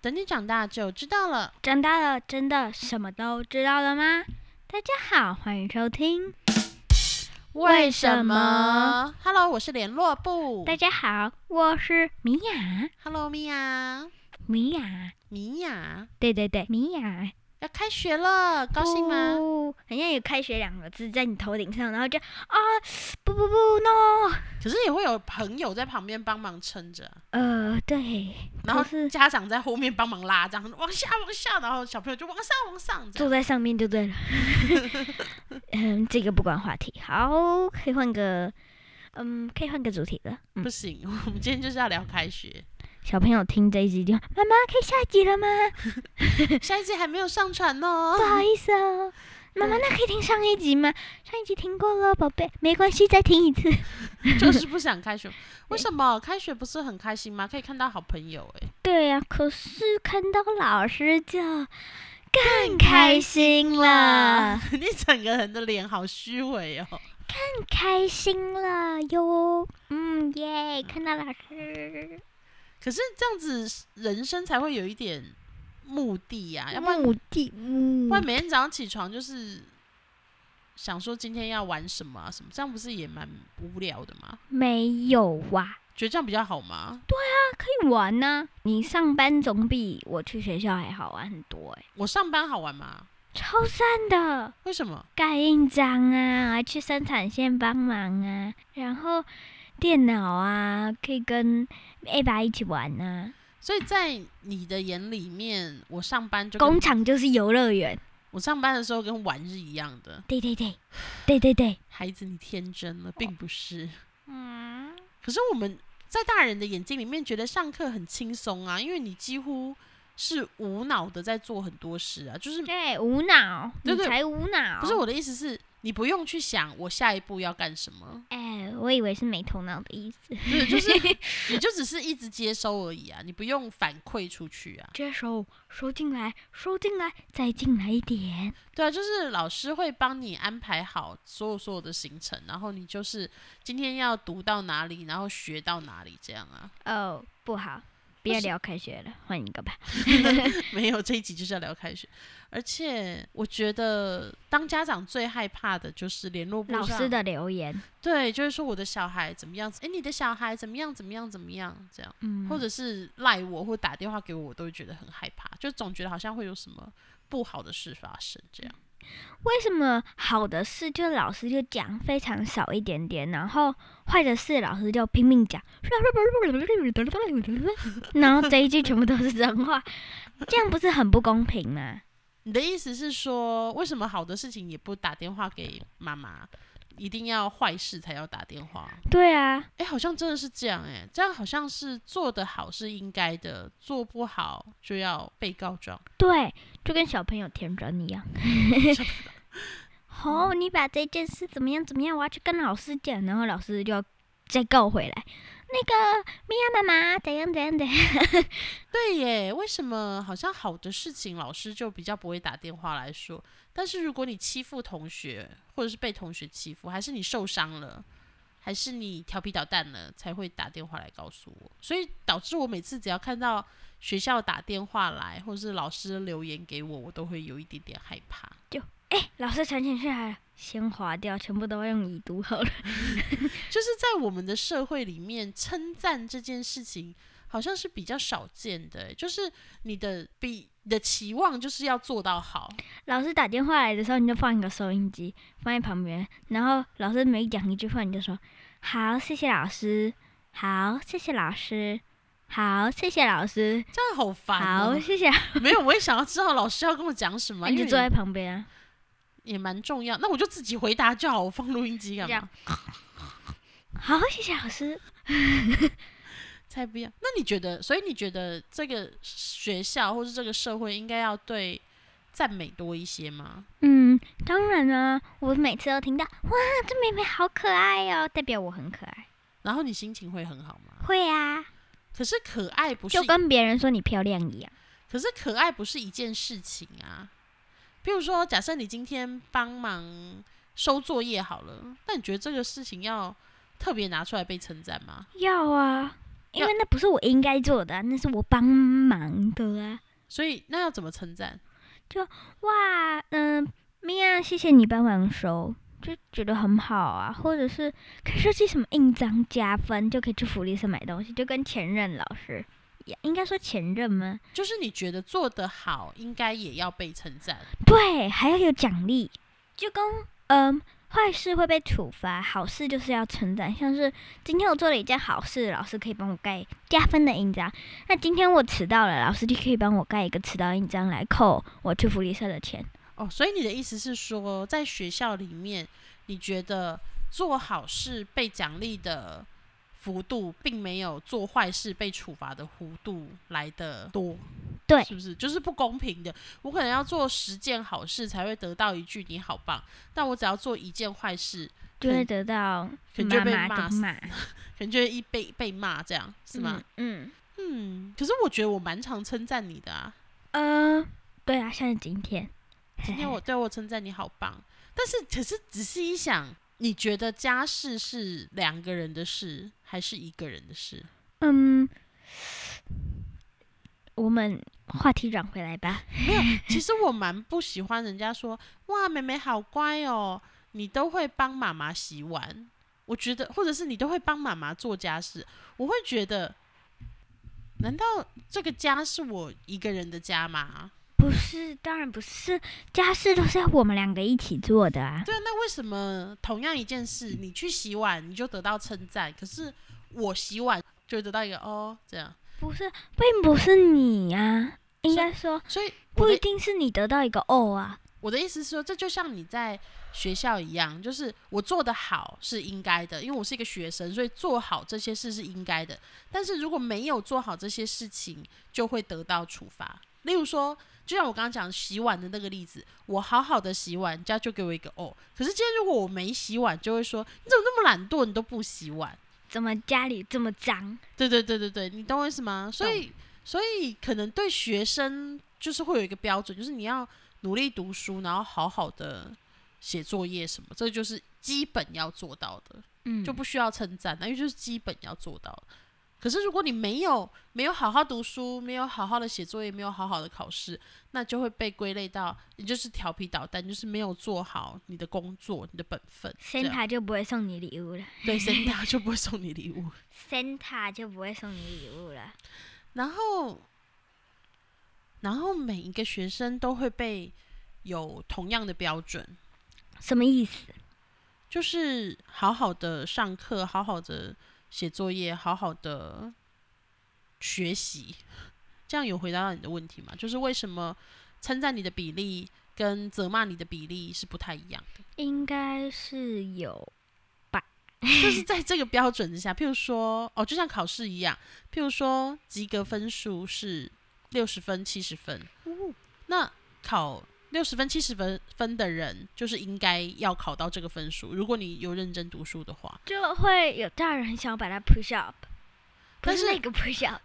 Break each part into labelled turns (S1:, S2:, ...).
S1: 等你长大就知道了。
S2: 长大了，真的什么都知道了吗？大家好，欢迎收听。为什么
S1: ？Hello，我是联络部。
S2: 大家好，我是米娅，
S1: Hello，米娅，
S2: 米娅，
S1: 米娅，
S2: 对对对，米娅。
S1: 要开学了，高兴吗？
S2: 不？好像有“开学”两个字在你头顶上，然后就啊，不不不，no。
S1: 可是也会有朋友在旁边帮忙撑着，
S2: 呃，对，
S1: 然后
S2: 可是
S1: 家长在后面帮忙拉，这样往下往下，然后小朋友就往上往上这
S2: 坐
S1: 样。
S2: 在上面就对了。 嗯，这个不管话题，好，可以换个，嗯，可以换个主题了。嗯
S1: 不，行， 我们今天就是要聊开 学。
S2: 小朋友听这一集就，妈妈可以下一集了吗？
S1: 下一集还没有上传哦
S2: 不。好意思哦，妈妈，那可以听上一集吗？上一集听过了，宝贝，没关系，再听一次。
S1: 就是不想开学。为什么开学不是很开心吗？可以看到好朋友、欸，
S2: 对呀、可是看到老师就更开心了，
S1: 啊 你整个人的脸好虚伪哦。
S2: 更开心了哟。嗯耶，看到老师，
S1: 可是这样子人生才会有一点目的呀、要不然
S2: 目的，嗯
S1: 不然每天早上起床就是想说今天要玩什么啊什么，这样不是也蛮无聊的吗？
S2: 没有哇、
S1: 觉得这样比较好吗？
S2: 可以玩呢、你上班总比我去学校还好玩很多哎、
S1: 我上班好玩吗？
S2: 超赞的。
S1: 为什么？
S2: 盖印章啊，还去生产线帮忙啊，然后电脑啊，可以跟 A 爸一起玩啊。
S1: 所以在你的眼里面，我上班就跟
S2: 工，厂就是游乐园，
S1: 我上班的时候跟玩是一样的。
S2: 对对对，对对对，
S1: 孩子，你天真了，并不是。
S2: 嗯，
S1: 可是我们在大人的眼睛里面，觉得上课很轻松啊，因为你几乎是无脑的在做很多事啊，就是
S2: 对，哎啊无脑，
S1: 对
S2: 你
S1: 对
S2: 才无脑。
S1: 不是我的意思是，你不用去想我下一步要干什么，
S2: 哎，我以为是没头脑的意思。
S1: 对，就是 你就只是一直接收而已啊，你不用反馈出去啊。
S2: 这时候收进来，收进来，再进来一点。
S1: 对啊，就是老师会帮你安排好所有所有的行程，然后你就是今天要读到哪里，然后学到哪里这样啊。
S2: 哦，不好，不要聊开学了，换一个吧。
S1: 没有这一集就是要聊开学，而且我觉得当家长最害怕的就是啊联络部
S2: 老
S1: 上
S2: 师的留言，
S1: 对，就是说我的小孩怎么样子，诶，哎你的小孩怎么样怎么样怎么样这样，
S2: 嗯，
S1: 或者是赖我或打电话给我，我都会觉得很害怕，就总觉得好像会有什么不好的事发生这样。
S2: 为什么好的事就老师就讲非常少一点点，然后坏的事老师就拼命讲，然后这一句全部都是真话，这样不是很不公平吗？
S1: 你的意思是说，为什么好的事情也不打电话给妈妈，一定要坏事才要打电话？
S2: 对啊，
S1: 诶，哎好像真的是这样诶，这样好像是做得好是应该的，做不好就要被告状。
S2: 对，就跟小朋友天真一样。哦，你把这件事怎么样怎么样，我要去跟老师讲，然后老师就要再告回来。那个米娅妈妈怎样怎样怎样，
S1: 对耶，为什么好像好的事情老师就比较不会打电话来说？但是如果你欺负同学，或者是被同学欺负，还是你受伤了，还是你调皮捣蛋了，才会打电话来告诉我。所以导致我每次只要看到学校打电话来，或者是老师留言给我，我都会有一点点害怕。
S2: 哎，老师传简讯来了，先划掉，全部都用已读好了。
S1: 就是在我们的社会里面，称赞这件事情好像是比较少见的耶，欸就是你的比你的期望就是要做到好。
S2: 老师打电话来的时候，你就放一个收音机放在旁边，然后老师每讲一句话，你就说：“好，谢谢老师。”“好，谢谢老师。”“好，谢谢老师。
S1: 这样好”“烦、哦。
S2: 好，谢谢。
S1: 没有，我也想要知道老师要跟我讲什”么，
S2: 你
S1: 因
S2: 就
S1: 为
S2: 坐在旁边啊，
S1: 也蛮重要。那我就自己回答就好，我放录音机干
S2: 这
S1: 嘛
S2: 样？好，谢谢老师。
S1: 才不要。那你觉得？所以你觉得这个学校或是这个社会应该要对赞美多一些吗？
S2: 嗯，当然啦、我每次都听到“哇，这妹妹好可爱哦”，代表我很可爱。
S1: 然后你心情会很好吗？
S2: 会啊，
S1: 可是可爱不是
S2: 就，跟别人说你漂亮一样。
S1: 可是可爱不是一件事情啊。比如说，假设你今天帮忙收作业好了，那你觉得这个事情要特别拿出来被称赞吗？
S2: 要啊，因为那不是我应该做的啊、那是我帮忙的啊。
S1: 所以那要怎么称赞？
S2: 哇，嗯、米娅，谢谢你帮忙收，就觉得很好啊。或者是可以设计什么印章加分，就可以去福利社买东西，就跟前任老师一样，应该说前任吗？
S1: 就是你觉得做得好，应该也要被称赞。
S2: 对，还要有奖励，就跟嗯。坏事会被处罚，好事就是要称赞。像是今天我做了一件好事，老师可以帮我盖加分的印章。那今天我迟到了，老师就可以帮我盖一个迟到印章来扣我去福利社的钱。
S1: 哦，所以你的意思是说，在学校里面，你觉得做好事被奖励的幅度，并没有做坏事被处罚的幅度来的多，
S2: 对
S1: 是不是？就是不公平的。我可能要做十件好事才会得到一句“你好棒”，但我只要做一件坏事，
S2: 就会得到
S1: 可能就
S2: 妈
S1: 被
S2: 妈
S1: 骂
S2: 的
S1: 死
S2: 骂，
S1: 可能就会一被被骂，这样是吗？
S2: 嗯？
S1: 嗯，可是我觉得我蛮常称赞你的啊。
S2: 嗯，呃，对啊，像是今天，哎今
S1: 今天我对我称赞你好棒，但是可是仔细一想，你觉得家事是两个人的事还是一个人的事？
S2: 嗯，我们话题转回来吧。
S1: 其实我蛮不喜欢人家说哇，妹妹好乖哦，你都会帮妈妈洗碗。我觉得，或者是你都会帮妈妈做家事，我会觉得，难道这个家是我一个人的家吗？
S2: 不是，当然不是，家事都是要我们两个一起做的啊。
S1: 对啊，那为什么同样一件事，你去洗碗你就得到称赞，可是我洗碗就会得到一个哦这样？
S2: 不是，并不是你啊，应
S1: 是
S2: 该说
S1: 所以我
S2: 不
S1: 的
S2: 一定是你得到一个哦啊。
S1: 我的意思是说，这就像你在学校一样，就是我做得好是应该的，因为我是一个学生，所以做好这些事是应该的。但是如果没有做好这些事情，就会得到处罚。例如说，就像我刚刚讲洗碗的那个例子，我好好的洗碗，人家就给我一个哦。可是今天如果我没洗碗，就会说你怎么那么懒惰，你都不洗碗。
S2: 怎么家里这么脏？
S1: 对对对对对，你懂我意思吗？所以所以可能对学生就是会有一个标准，就是你要努力读书，然后好好的写作业什么，这就是基本要做到的，
S2: 嗯，
S1: 就不需要称赞，因为就是基本要做到的。可是如果你没有没有好好读书，没有好好的写作业，没有好好的考试，那就会被归类到你就是调皮捣蛋，就是没有做好你的工作、你的本分。这样
S2: Santa 就不会送你礼物了
S1: 对 Santa 就不会送你礼物。
S2: ，Santa 就不会送你礼物了。
S1: 然后，然后每一个学生都会被有同样的标准，
S2: 什么意思？
S1: 就是好好的上课，好好的写作业，好好的学习。这样有回答到你的问题吗？就是为什么称赞你的比例跟责骂你的比例是不太一样的？
S2: 应该是有，
S1: 就是在这个标准之下，譬如说，哦，就像考试一样，譬如说及格分数是六十分、七十分，
S2: 哦
S1: 那考六十分、七十分分的人，就是应该要考到这个分数。如果你有认真读书的话，
S2: 就会有大人很想把它 push up，不
S1: 但
S2: 是
S1: 是
S2: 那个 push up，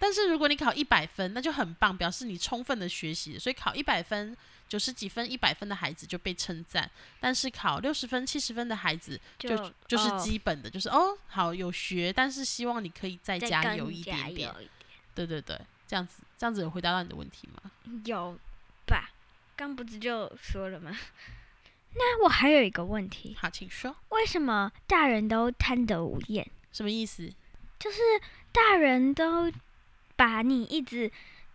S1: 但是如果你考一百分，那就很棒，表示你充分的学习。所以考一百分、九十几分、一百分的孩子就被称赞，但是考六十分、七十分的孩子就就是
S2: 哦
S1: 基本的，就是哦，好有学，但是希望你可以再
S2: 再
S1: 加
S2: 更
S1: 油一
S2: 加
S1: 点点。
S2: 油
S1: 对对对，这样子这样子有回答到你的问题吗？
S2: 有吧？刚不是就说了吗？ 那我还有一个问题，
S1: 好，请说，
S2: 为什么大人都贪得无厌？
S1: 什么意思？
S2: 就是大人都把你一直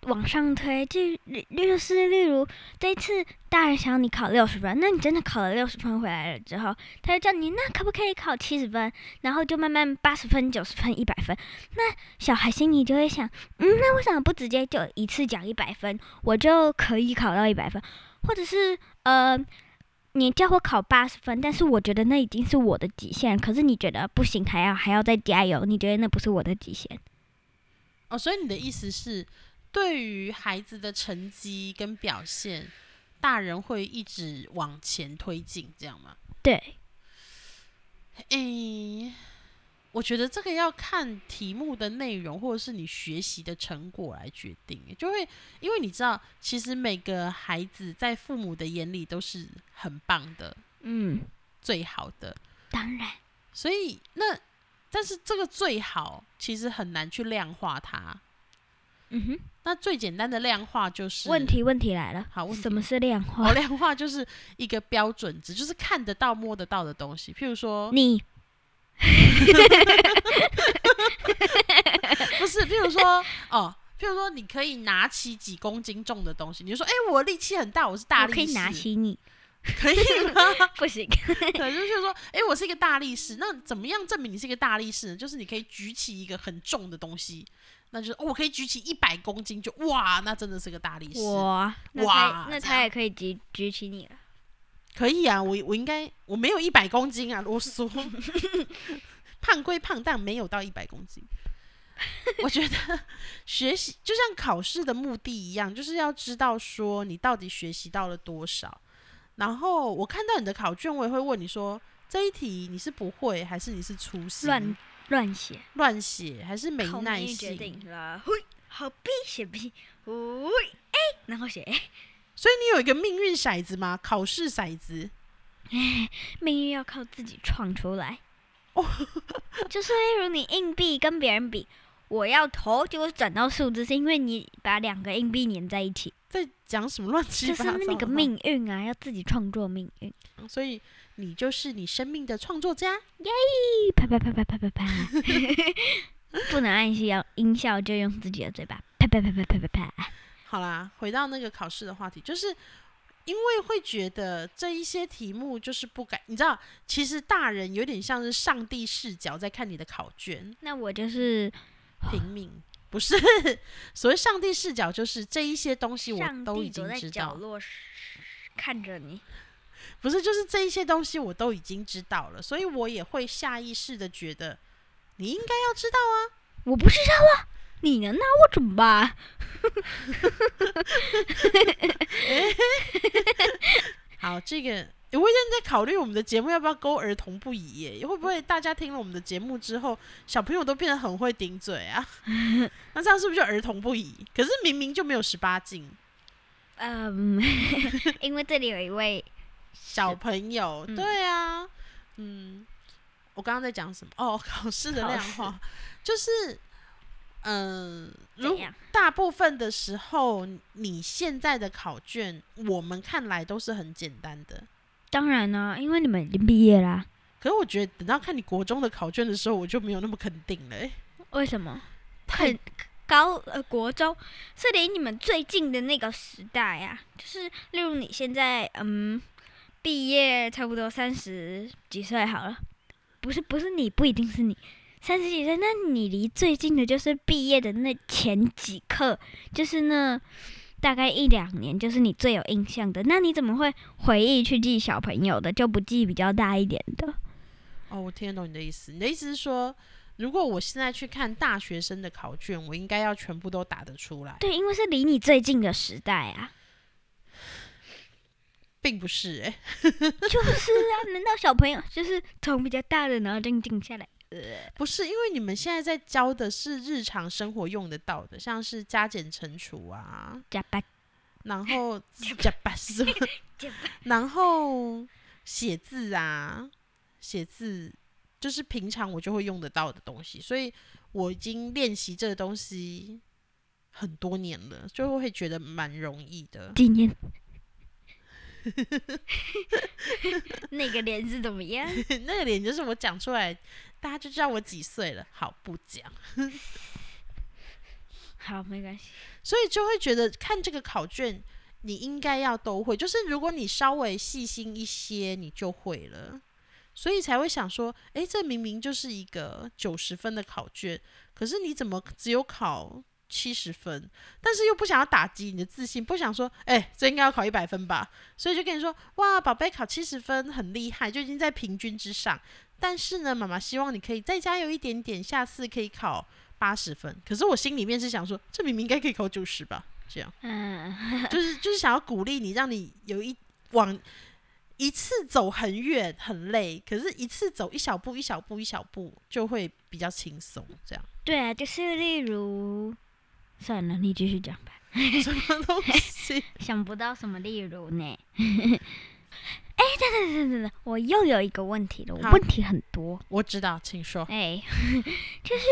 S2: 往上推，就例就是例如这一次大人想要你考六十分，那你真的考了六十分回来了之后，他就叫你那可不可以考七十分，然后就慢慢八十分、九十分、一百分。那小孩心里就会想，嗯，那为什么不直接就一次讲一百分，我就可以考到一百分，或者是呃。你叫我考八十分，但是我觉得那已经是我的极限。可是你觉得不行，还要还要再加油，你觉得那不是我的极限？
S1: 哦，所以你的意思是，对于孩子的成绩跟表现，大人会一直往前推进，这样吗？
S2: 对，
S1: 诶、我觉得这个要看题目的内容，或者是你学习的成果来决定。就会因为你知道，其实每个孩子在父母的眼里都是很棒的、
S2: 嗯，
S1: 最好的，
S2: 当然，
S1: 所以那但是这个最好其实很难去量化它。
S2: 嗯哼，
S1: 那最简单的量化就是
S2: 问题问题来了，
S1: 好问题
S2: 什么是量化？
S1: 哦，量化就是一个标准值， 就是看得到、摸得到的东西。譬如说，
S2: 你
S1: 不是，譬如说， 哦，譬如说，你可以拿起几公斤重的东西，你就说，哎、我力气很大，我是大
S2: 我
S1: 力士，
S2: 可以拿，起你，
S1: 可以吗？
S2: 不 行，
S1: 对，就是说，哎、我是一个大力士。那怎么样证明你是一个大力士呢？就是你可以举起一个很重的东西，那就是、哦、我可以举起一百公斤，就哇，那真的是个大力士。
S2: 哇，那
S1: 哇
S2: 他那
S1: 这
S2: 他
S1: 样
S2: 也可以举举起你了，
S1: 可以啊，我我应该我没有一百公斤啊，啰嗦。 胖归胖，但没有到一百公斤。我觉得学习就像考试的目的一样，就是要知道说你到底学习到了多少。然后我看到你的考卷，我也会问你说这一题你是不会，还是你是粗心
S2: 乱乱写，
S1: 乱写，还是没
S2: 靠
S1: 耐
S2: 命运决
S1: 心？
S2: 定了， 嘿，好 B 写 B，喂 A，然后写哎 A，
S1: 所以你有一个命运骰子吗？考试骰子？
S2: 命运要靠自己创出来。哦， 就是例如你硬币跟别人比，我要投，结果转到数字，是因为你把两个硬币粘在一起，
S1: 在讲什么乱七
S2: 就
S1: 八
S2: 是
S1: 糟的话？
S2: 那个命运啊，要自己创作命运。
S1: 所以你就是你生命的创作家。
S2: 啪啪啪啪啪啪啪， 不能按下音效，就用自己的嘴巴啪啪啪啪啪啪啪。
S1: 好啦，回到那个考试的话题，就是因为会觉得这一些题目就是不敢，你知道，其实大人有点像是上帝视角在看你的考卷，
S2: 那我就是
S1: 平民不是 所谓上帝视角，就是这一些东西
S2: 上
S1: 我都
S2: 帝
S1: 已
S2: 躲
S1: 经
S2: 在
S1: 知
S2: 角
S1: 道，
S2: 落看着你。
S1: 不是就是这一些东西我都已经知道了，所以我也会下意识的觉得你应该要知道，
S2: 我不知道啊，你能拿我怎么办？
S1: 好，这个诶我也在考虑我们的节目要不要勾儿童不宜耶，会不会大家听了我们的节目之后，小朋友都变得很会顶嘴啊？ 那这样是不是就儿童不宜？可是明明就没有十八禁，
S2: 嗯， 因为这里有一位
S1: 小朋友，
S2: 嗯
S1: 对啊，嗯，我刚刚在讲什么？哦，考试的
S2: 考
S1: 量
S2: 试
S1: 化，就是，嗯、如
S2: 怎样？
S1: 大部分的时候，你现在的考卷，我们看来都是很简单的，
S2: 当然呢、因为你们已经毕业啦。
S1: 可是我觉得等到看你国中的考卷的时候，我就没有那么肯定了、欸。
S2: 为什么？很高呃，国中是离你们最近的那个时代啊，就是例如你现在嗯毕业差不多三十几岁好了，不是不是你不一定是你三十几岁，那你离最近的就是毕业的那前几刻，就是那大概一两年，就是你最有印象的。那你怎么会回忆去记小朋友的，就不记比较大一点的？
S1: 哦，我听得懂你的意思。你的意思是说，如果我现在去看大学生的考卷，我应该要全部都打得出来，
S2: 对，因为是离你最近的时代啊。
S1: 并不是、欸。
S2: 就是啊，难道小朋友就是从比较大的然后静静下来？
S1: 不是，因为你们现在在教的是日常生活用得到的，像是加减乘除啊，
S2: 加班
S1: 然后加班是什么
S2: 加班？
S1: 然后写字啊，写字就是平常我就会用得到的东西，所以我已经练习这个东西很多年了，就会觉得蛮容易的。
S2: 几年？ 那个脸是怎么样？
S1: 那个脸就是我讲出来，大家就知道我几岁了。好，不讲。
S2: 好，没关系。
S1: 所以就会觉得看这个考卷，你应该要都会。就是如果你稍微细心一些，你就会了。所以才会想说，诶，这明明就是一个九十分的考卷，可是你怎么只有考七十分？但是又不想要打击你的自信，不想说，诶，这应该要考一百分吧？所以就跟你说，哇，宝贝考七十分很厉害，就已经在平均之上。但是呢，妈妈希望你可以再加油一点点，下次可以考八十分，可是我心里面是想说，这明明应该可以考九十吧？这样
S2: 嗯，
S1: 就是就是想要鼓励你，让你有一往一次走很远很累，可是一次走一小步一小步一小步就会比较轻松。这样
S2: 对啊，就是例如，算了，你继续讲吧。
S1: 什么东西？
S2: 想不到什么例如呢？哎等等等等，我又有一个问题了，我
S1: 好
S2: 问题很多。
S1: 我知道，请说。
S2: 哎， 就是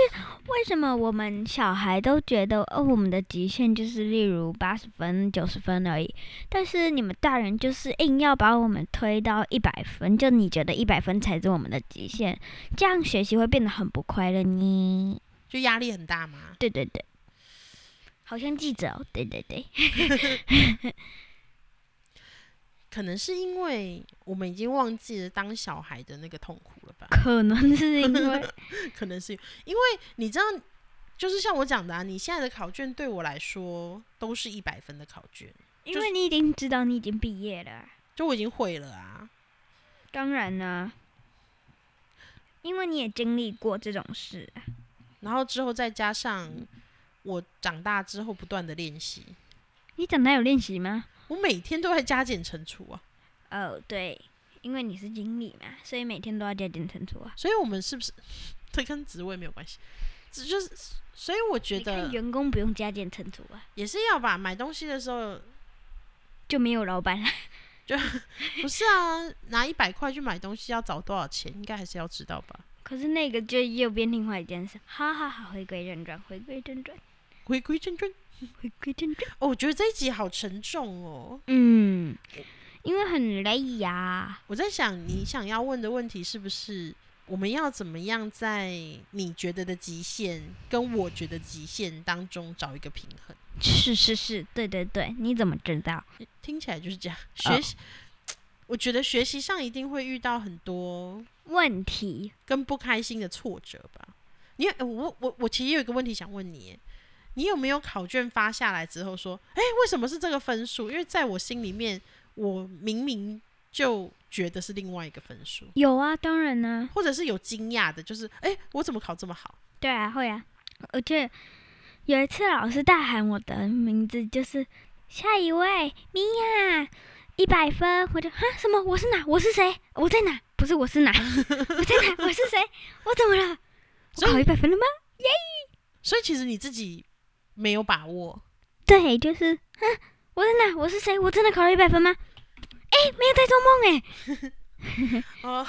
S2: 为什么我们小孩都觉得，哦，我们的极限就是例如八十分、九十分而已，但是你们大人就是硬要把我们推到一百分，就你觉得一百分才是我们的极限，这样学习会变得很不快乐呢？
S1: 就压力很大吗？
S2: 对对对，好像记者、哦，对对 对，
S1: 可能是因为我们已经忘记了当小孩的那个痛苦了吧？
S2: 可能是因为
S1: 可能是因为你知道，就是像我讲的啊，你现在的考卷对我来说都是一百分的考卷，
S2: 因为你已经知道你已经毕业了。
S1: 就我已经会了啊。
S2: 当然啦、因为你也经历过这种事啊，
S1: 然后之后再加上
S2: 嗯
S1: 我长大之后不断的练习，
S2: 你长大有练习吗？
S1: 我每天都在加减乘除啊。
S2: 哦，对，因为你是经理嘛，所以每天都要加减乘除啊。
S1: 所以我们是不是 这跟职位没有关系？只就是，所以我觉
S2: 你看
S1: 得
S2: 员工不用加减乘除啊，
S1: 也是要吧。买东西的时候
S2: 就没有老板了。
S1: 不是啊，拿一百块去买东西要找多少钱，应该还是要知道吧？
S2: 可是那个就又变另外一件事。好好好，回归正传，回归正传，
S1: 回归正传
S2: 回归正传。
S1: 哦，我觉得这一集好沉重哦。
S2: 嗯，因为很累呀、
S1: 我在想，你想要问的问题是不是我们要怎么样在你觉得的极限跟我觉得极限当中找一个平衡？
S2: 是是是，对对对，你怎么知道？
S1: 听起来就是这样。学习，我觉得学习上一定会遇到很多
S2: 问题
S1: 跟不开心的挫折吧。你有，呃我我我其实有一个问题想问你，你有没有考卷发下来之后说，哎、为什么是这个分数？因为在我心里面，我明明就觉得是另外一个分数，
S2: 有啊，当然呢、
S1: 或者是有惊讶的，就是哎、诶我怎么考这么好？
S2: 对啊，会啊。而且有一次老师大喊我的名字，就是下一位米娅，一百分，我就哈什么？我是哪？我是谁？我在哪？不是我是哪？我在哪？我是谁？我怎么了？我
S1: 所以
S2: 考一百分了吗？
S1: 所以其实你自己没有把握，
S2: 对，就是哈，我在哪？我是谁？我真的考了一百分吗？哎，没有在做梦哎、
S1: 哦，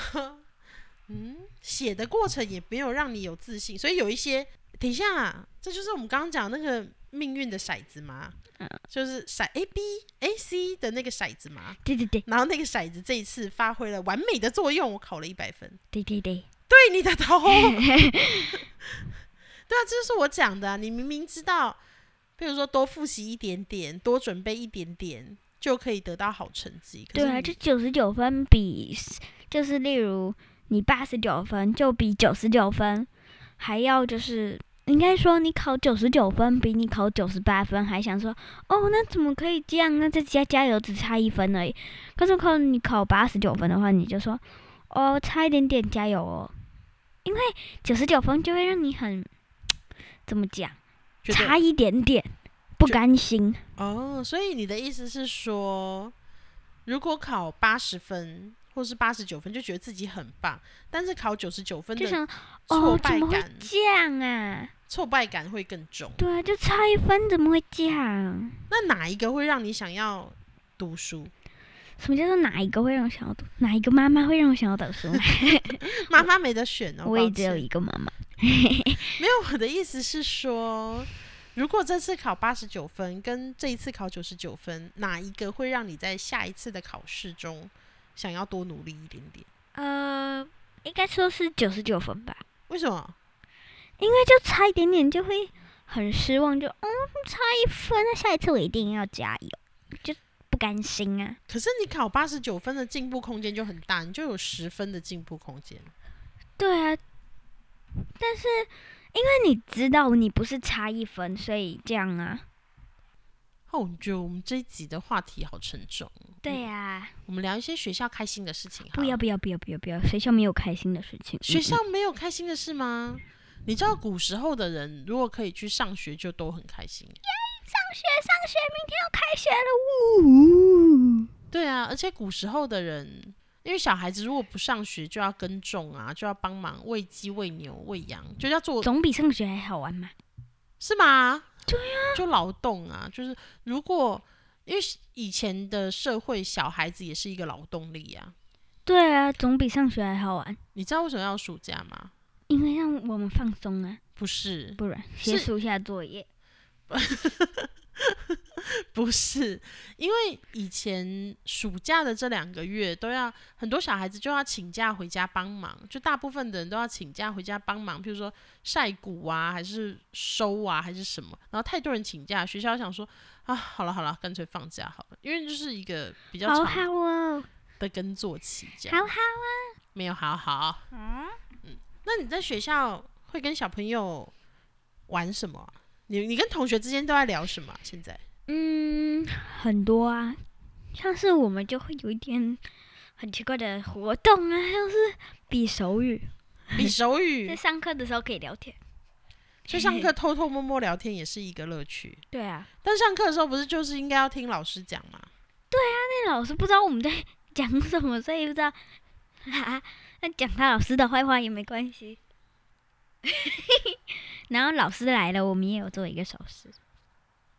S1: 嗯，写的过程也没有让你有自信，所以有一些，等一下，啊这就是我们刚刚讲那个命运的骰子嘛，就是骰 A B A C 的那个骰子嘛，
S2: 对对对
S1: 然后那个骰子这一次发挥了完美的作用，我考了一百分，
S2: 对对对，
S1: 对你的头， 对啊，这就是我讲的啊、你明明知道，比如说多复习一点点，多准备一点点。就可以得到好成绩。可
S2: 对
S1: 是
S2: 啊，
S1: 你
S2: 就九十九分比，就是例如你八十九分，就比九十九分还要就是，应该说你考九十九分比你考九十八分还想说，哦，那怎么可以这样？那再加加油，只差一分而已。可是考你考八十九分的话，你就说，哦，差一点点，加油哦，因为九十九分就会让你很怎么讲，
S1: 觉得
S2: 差一点点不
S1: 就
S2: 甘心。
S1: 哦，所以你的意思是说，如果考八十分或是八十九分，就觉得自己很棒，但是考九十九分
S2: 就
S1: 的
S2: 想
S1: 挫
S2: 哦，怎
S1: 败
S2: 么会
S1: 感，
S2: 这样啊？
S1: 挫败感会更重。
S2: 对啊，就差一分怎么会啊这样？
S1: 那哪一个会让你想要读书？
S2: 什么叫做哪一个会让我想要读？哪一个妈妈会让我想要读书？
S1: 妈妈没得选哦，
S2: 我也
S1: 抱
S2: 只有
S1: 歉
S2: 一个妈妈。
S1: 没有，我的意思是说，如果这次考八十九分跟这一次考九十九分，哪一个会让你在下一次的考试中想要多努力一点点？
S2: 呃，应该说是九十九分吧，
S1: 为什么？
S2: 因为就差一点点就会很失望，就嗯差一分，那下一次我一定要加油，就不甘心啊。
S1: 可是你考八十九分的进步空间就很大，你就有十分的进步空间。
S2: 对啊，但是因为你知道你不是差一分，所以这样啊。
S1: 哦，我觉得我们这一集的话题好沉重，
S2: 对啊，
S1: 我们聊一些学校开心的事情好
S2: 不
S1: 了。
S2: 要不要不要不要不要，学校没有开心的事情。嗯
S1: 学校没有开心的事吗？你知道古时候的人如果可以去上学，就都很开心。
S2: 上学上学，明天要开学了，呜！
S1: 对啊，而且古时候的人，因为小孩子如果不上学，就要耕种啊，就要帮忙喂鸡、喂牛、喂羊，就要做
S2: 嗯总比上学还好玩嘛。
S1: 啊是吗？对呀、就劳动啊，就是如果因为是以前的社会，小孩子也是一个劳动力啊。
S2: 对啊，总比上学还好玩，
S1: 你知道为什么要暑假吗？
S2: 因为让我们放松啊，
S1: 不是，
S2: 不然
S1: 是
S2: 先暑一下作业。
S1: 不是，因为以前暑假的这两个月都要很多小孩子就要请假回家帮忙，就大部分的人都要请假回家帮忙，譬如说晒谷啊，还是收啊，还是什么。然后太多人请假，学校想说啊，好了好了，干脆放假好了，因为就是一个比较
S2: 好好
S1: 长
S2: 哦，
S1: 的耕作期，这样
S2: 好啊好。
S1: 没有好好。嗯那你在学校会跟小朋友玩什么啊？你你跟同学之间都在聊什么啊？现在
S2: 嗯，很多啊，像是我们就会有一点很奇怪的活动啊，像是比手语，
S1: 比手语
S2: 在上课的时候可以聊天。
S1: 所以上 课偷偷摸摸聊天也是一个乐趣。
S2: 对啊，
S1: 但上课的时候不是就是应该要听老师讲吗？
S2: 那老师不知道我们在讲什么，所以不知道。哈、哈，那讲他老师的坏话也没 关系。然后老师来了，我们也有做一个手势。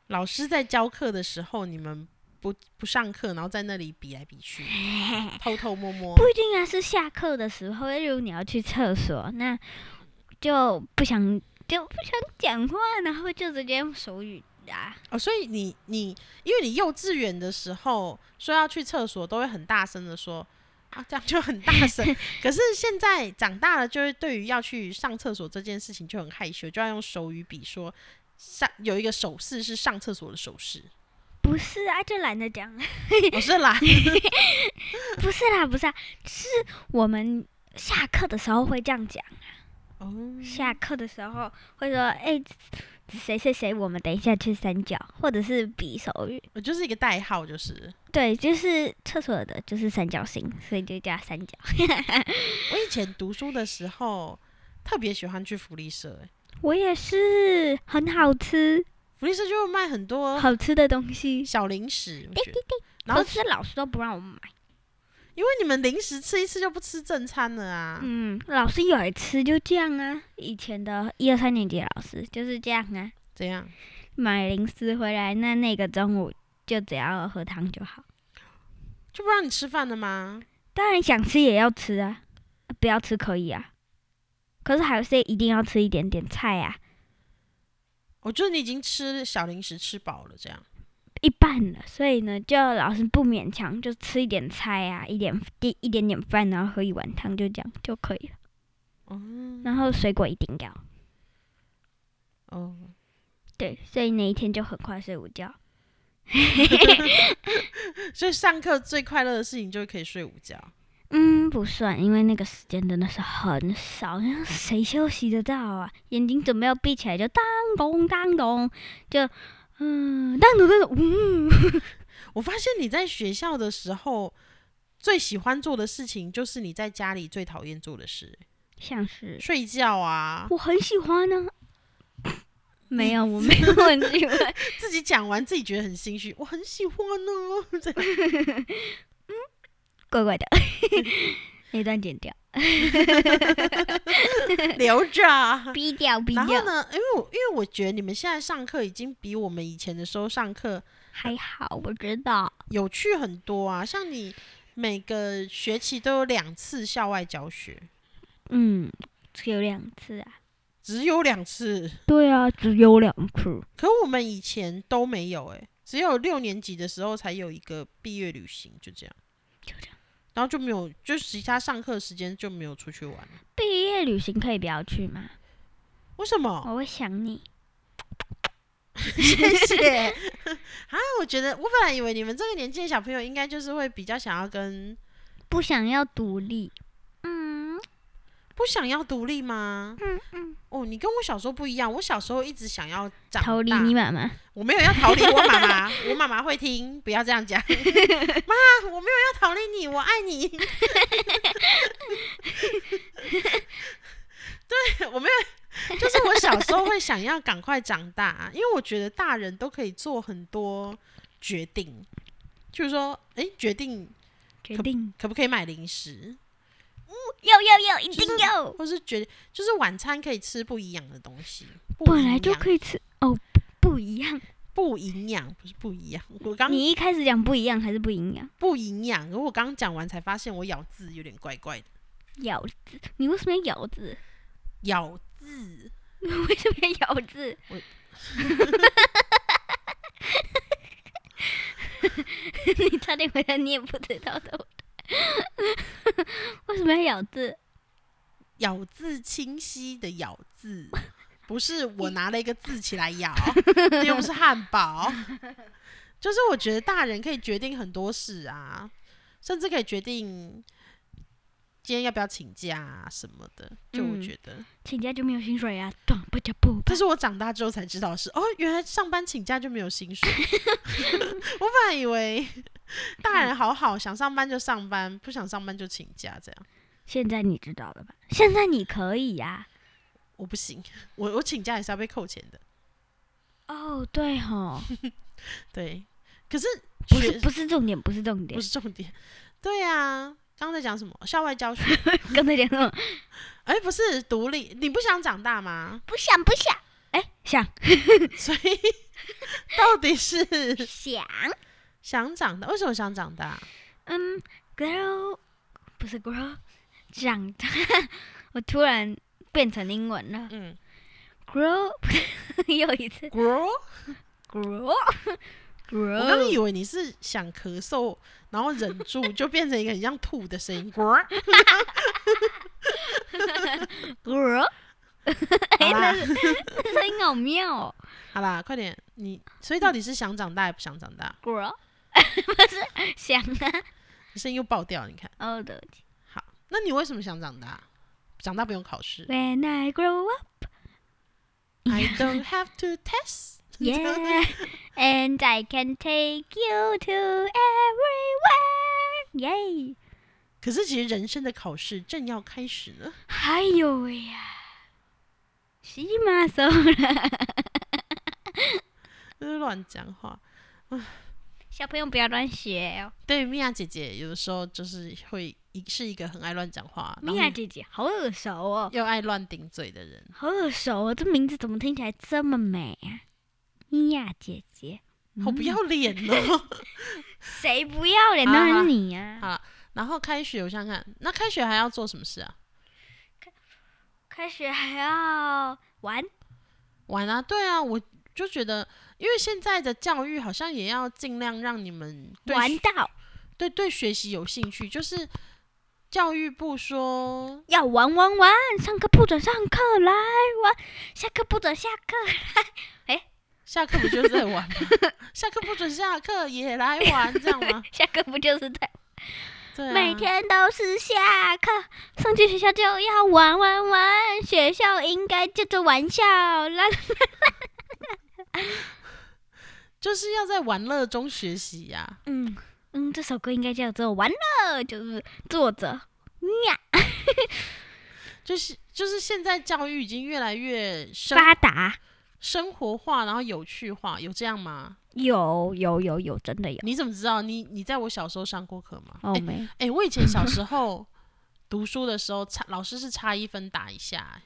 S1: 老师在教课的时候，你们不不上课，然后在那里比来比去，偷偷摸摸。
S2: 不一定啊，是下课的时候，例如你要去厕所，那就不想就不想讲话，然后就直接用手语啊。
S1: 哦，所以你你，因为你幼稚园的时候说要去厕所，都会很大声的说。啊，这样就很大 声。可是现在长大了，就会对于要去上厕所这件事情就很害羞，就要用手语比说上有一个手势是上厕所的手 势。
S2: 不是啊，就懒得讲。
S1: 我、是啦，
S2: 不是啦，不是啊，是我们下课的时候会这样讲。
S1: 哦，
S2: 下课的时候会说：“哎、谁谁谁，我们等一下去三角，或者是比手语。
S1: 我就是一个代号，就是”
S2: 对，就是厕所的，就是三角形，所以就叫三角。
S1: 我以前读书的时候特别喜欢去福利社、欸，
S2: 我也是，很好吃，
S1: 福利社就会卖很多
S2: 好吃的东西。
S1: 小零食，我觉得。然后
S2: 哦可，是老师都不让我们买。
S1: 因为你们零食吃一次就不吃正餐了啊，
S2: 嗯，老师有一次就这样啊，以前的一二三年级的老师就是这样啊，
S1: 怎样？
S2: 买零食回来，那那个中午就只要喝汤就好。
S1: 就不让你吃饭了吗？
S2: 当然想吃也要吃啊，不要吃可以啊，可是还是一定要吃一点点菜啊，
S1: 我觉得你已经吃小零食吃饱了，这样。
S2: 一半了，所以呢，就老师不勉强，就吃一点菜啊，一点一一点点饭，然后喝一碗汤，就这样就可以了。
S1: 哦
S2: 然后水果一定要，
S1: 哦，
S2: 对，所以那一天就很快睡午觉。
S1: 所以上课最快乐的事情就是可以睡午觉。
S2: 嗯，不算，因为那个时间真的是很少， 那谁休息得到啊？眼睛准备要闭起来就当咚当咚，就嗯当咚当咚，嗯，
S1: 我发现你在学校的时候最喜欢做的事情，就是你在家里最讨厌做的事，
S2: 像是
S1: 睡觉啊。
S2: 我很喜欢呢、没有，我没有很喜欢，
S1: 自己讲完自己觉得很心虚，我很喜欢哦。 这样
S2: 怪怪的， 那段剪掉，
S1: 留着啊。
S2: 逼掉，逼
S1: 然后
S2: 掉，
S1: 呢，因为我因为我觉得你们现在上课已经比我们以前的时候上课
S2: 还好，我知道，
S1: 有趣很多啊。像你每个学期都有两次校外教学，
S2: 嗯，只有两次啊，
S1: 只有两次，
S2: 对啊，只有两次，
S1: 可我们以前都没有诶、只有六年级的时候才有一个毕业旅行，就这样，
S2: 就这样。
S1: 然后就没有，就其他上课时间就没有出去玩了。
S2: 毕业旅行可以不要去吗？
S1: 为什么？
S2: 我会想你。
S1: 谢谢。啊，我觉得我本来以为你们这个年纪的小朋友应该就是会比较想要跟
S2: 不想要独立。嗯，
S1: 不想要独立吗？嗯嗯。哦，你跟我小时候不一样，我小时候一直想要长大
S2: 逃离你妈妈。
S1: 我没有要逃离我妈 妈，我妈妈会听，不要这 样讲。妈，我没有要逃离你，我爱你。 对，我没有，就是我小时候会想要赶快长大，啊因为我觉得大人都可以做很多决定，就是说，诶，决定
S2: 决定
S1: 可不可以买零食，
S2: 要要要，一
S1: 就是
S2: 定要。
S1: 或是决就是晚餐可以吃不一样的东西，不
S2: 本来
S1: 一
S2: 就
S1: 样
S2: 可以吃哦，不不一样。
S1: 不营养，不是不一样。我刚
S2: 你一开始讲不一样还是不营养？
S1: 不营养，可我刚刚讲完才发现我咬字有点怪怪的，
S2: 咬字，你为什么要咬字？
S1: 咬字
S2: 为什么要咬字？
S1: 我
S2: 你差点回答你也不知道的， 为什么要咬字？
S1: 咬字清晰的咬字，不是我拿了一个字起来咬，又不是汉堡。就是我觉得大人可以决定很多事啊，甚至可以决定今天要不要请假、啊、什么的。就我
S2: 嗯
S1: 觉得，
S2: 请假就没有薪水啊！短不加不吧
S1: 这是我长大之后才知道的事。哦，原来上班请假就没有薪水。我本来以为大人好好，想上班就上班，不想上班就请假这样。
S2: 现在你知道了吧？现在你可以呀、
S1: 我不行，我我请假也是要被扣钱的。
S2: 哦，对吼，
S1: 对，可是
S2: 不是
S1: 学
S2: 不是重点，不是重点
S1: 不。是重点。对啊，刚才讲什么？校外 教学？
S2: 刚才讲什么？
S1: 哎、不是独立，你不想长大吗？
S2: 不想不想，哎，想
S1: 所以到底是
S2: 想，
S1: 想长大？为什么想长大？
S2: 嗯，grow 不是 grow，长大。 我突然变成英文了
S1: 嗯
S2: ，grow 又一次
S1: ，grow。
S2: grow
S1: 我 刚刚
S2: grow，
S1: 以为你是想咳嗽，然后忍住，就变成一个很像吐的声音。grow。
S2: grow，
S1: 好
S2: 哎
S1: 啦，
S2: 这声音好妙哦
S1: 好啦，快点，你所以到底是想长大还不想长大？
S2: ，grow 不是想啊，
S1: 你声音又爆掉，你看。
S2: 哦对不起
S1: 好，那你为什么想长大？长大不用考 试。
S2: ，When I grow up，
S1: I don't have to test 。
S2: Yeah，and I can take you to everywhere. Yay！
S1: 可是其实人生的考试正要开始呢。
S2: 还有喂呀，西马手了，
S1: 就是乱讲话。
S2: 小朋友不要乱学哦。
S1: 对，米娅姐姐有的时候就是会一是一个很爱乱讲话，然
S2: 米
S1: 后
S2: 娅姐姐好耳熟哦，
S1: 又爱乱顶嘴的人。
S2: 好耳熟哦，这名字怎么听起来这么美啊？米娅姐姐，
S1: 好不要脸 哦！
S2: 谁不要脸？
S1: 好
S2: 当然
S1: 好
S2: 是你呀、
S1: 好然后开学，我想想看，那开学还要做什么事啊？
S2: 开学还要玩，
S1: 玩啊，对啊，我就觉得，因为现在的教育好像也要尽量让你们对
S2: 玩
S1: 学
S2: 到
S1: 对对学习有兴趣，就是教育部说，
S2: 要玩玩玩，上课不准上课来玩，下课不准下课。？
S1: 下课不就是在玩吗？下课不准下课也来玩，这样吗
S2: 下课不就是在、
S1: 对、啊，
S2: 每天都是下课，上去学校就要玩玩玩，学校应该叫做玩笑啦。
S1: 就是要在玩乐中学习呀、
S2: 嗯嗯，这首歌应该叫做《玩乐》，就是作者
S1: 就是就是现在教育已经越来越生
S2: 发达。
S1: 生活化，然后有趣化，有这样吗？
S2: 有有有有，真的有。
S1: 你怎么知道？你你在我小时候上过课吗？哎、
S2: 哦，没有，
S1: 哎我以前小时候读书的时候，差老师是差一分打一下、哎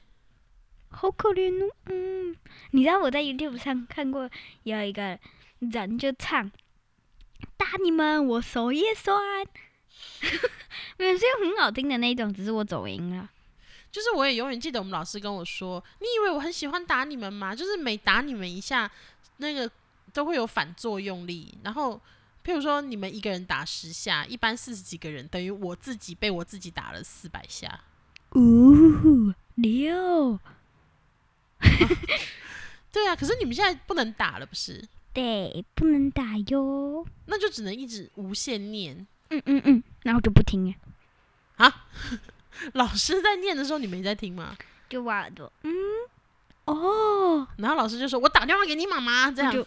S2: 好可怜哦。嗯，你知道我在 YouTube 上看过有一个人就唱“打你们，我手也酸”， 没有是用很好听的那种，只是我走音了。
S1: 就是我也永远记得我们老师跟我说：“你以为我很喜欢打你们吗？就是每打你们一下，那个都会有反作用力。然后，譬如说你们一个人打十下，一般四十几个人，等于我自己被我自己打了四百下。
S2: 五六，
S1: 对啊，可是你们现在不能打了，不是？
S2: 对，不能打哟。
S1: 那就只能一直无限念。
S2: 嗯嗯嗯，然后就不听了，
S1: 老师在念的时候，你没在听吗？
S2: 就挖耳朵。嗯，哦，
S1: 然后老师就说：“我打电话给你妈妈。”这样
S2: 那就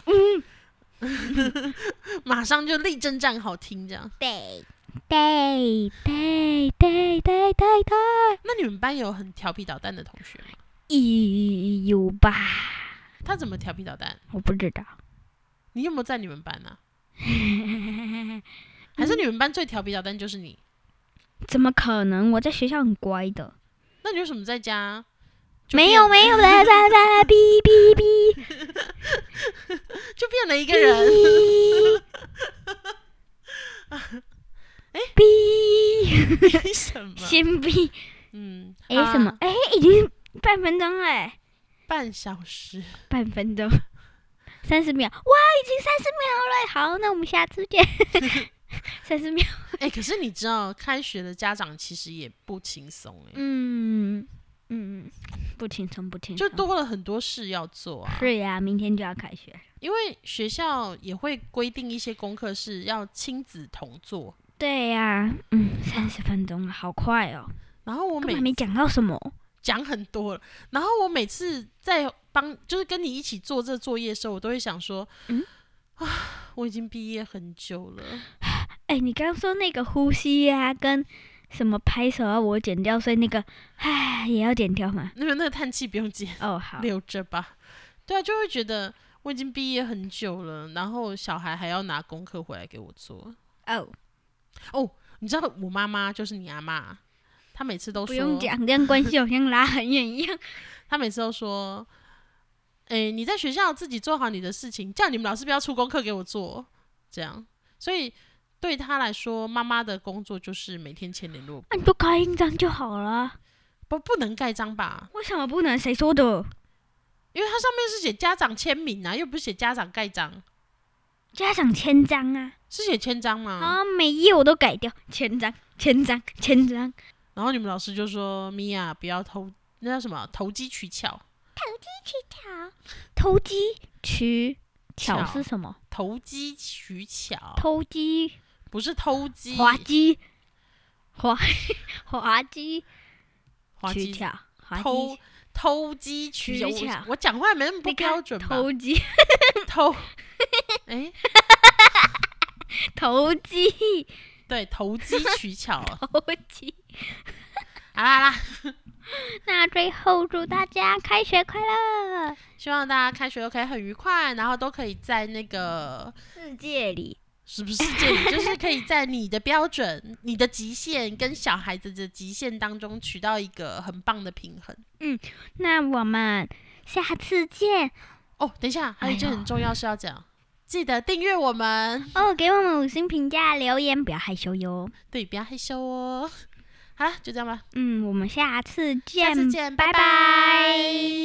S1: 马上就立正站好听这样。
S2: 对对对对对对对，
S1: 那你们班有很调皮捣蛋的同学吗？
S2: 咦有吧？
S1: 他怎么调皮捣蛋？
S2: 我不知道，
S1: 你有没有在你们班 啊？还是你们班最调皮捣蛋就是你？
S2: 怎么可能？我在学校很乖的。
S1: 那你为什么在家？
S2: 没有没有，啦啦啦，哔哔哔，
S1: 就变了一个 人。
S2: 哔，
S1: 为什么？
S2: 先哔，
S1: 嗯，
S2: 哎、
S1: 好啊
S2: 什么？？哎、已经半分钟了哎，
S1: 半小 时。
S2: 半分钟，三十秒，哇，已经三十秒了。好，那我们下次 见。三十秒，
S1: 哎、可是你知道，开学的家长其实也不轻松哎，
S2: 嗯嗯，不轻松，不轻松，
S1: 就多了很多事要做啊。
S2: 嗯是呀、明天就要开学。
S1: 因为学校也会规定一些功课是要亲子同做，
S2: 对呀、嗯，三十分钟了，好快哦，
S1: 然后我
S2: 根
S1: 每
S2: 本没讲到什么。
S1: 讲很多了，然后我每次在帮就是跟你一起做这作业的时候，我都会想说，
S2: 嗯
S1: 啊，我已经毕业很久了，
S2: 哎、你刚说那个呼吸呀、跟什么拍手啊，我剪掉，所以那个，唉，也要剪掉嘛。
S1: 那个那个叹气不用接，
S2: 哦，好，
S1: 留着吧。对啊，就会觉得我已经毕业很久了，然后小孩还要拿功课回来给我做。
S2: 哦，
S1: 你知道我妈妈就是你阿妈，她每次都
S2: 不
S1: 说，
S2: 用讲，这样关系好像拉很远一样。
S1: 她每次都说，诶、你在学校自己做好你的事情，叫你们老师不要出功课给我做，这样。所以对她来说，妈妈的工作就是每天签联络簿，
S2: 那、啊你就盖印章就好了，
S1: 不不能盖章吧？
S2: 为什么不能？谁说的？
S1: 因为它上面是写家长签名啊，又不是写家长盖章，
S2: 家长签章啊！
S1: 是写签章吗？
S2: 啊，每页我都改掉，签章，签章，签章。
S1: 然后你们老师就说：“米娅，不要投，那叫什么？投机取巧，
S2: 偷鸡取巧
S1: 巧
S2: 是什么？
S1: 投机取巧，
S2: 偷鸡
S1: 不是偷鸡，
S2: 滑稽，滑 滑稽
S1: 滑
S2: 取
S1: 稽，
S2: 巧，滑
S1: 偷
S2: 稽
S1: 偷机取
S2: 取
S1: 巧
S2: 巧
S1: 我。我讲话没那么不
S2: 那
S1: 标
S2: 个
S1: 准吧？
S2: 偷鸡，
S1: 偷，哎、
S2: 偷鸡，
S1: 对，投机取 巧。
S2: 偷鸡。
S1: 好啦好啦，
S2: 那最后祝大家开学快乐，
S1: 希望大家开学都可以很愉快，然后都可以在那个
S2: 世界里
S1: 是不是世界里，就是可以在你的标准、你的极限跟小孩子的极限当中取到一个很棒的平衡。”
S2: 那我们下次见
S1: 哦，等一下，还有一件
S2: 哎呦
S1: 很重要事要讲，记得订阅我们，
S2: 哦！给我们五星评价、留言，不要害羞哟。
S1: 对，不要害羞哦。好了，就这样吧，
S2: 嗯，我们下次见，
S1: 下次见，拜
S2: 拜拜
S1: 拜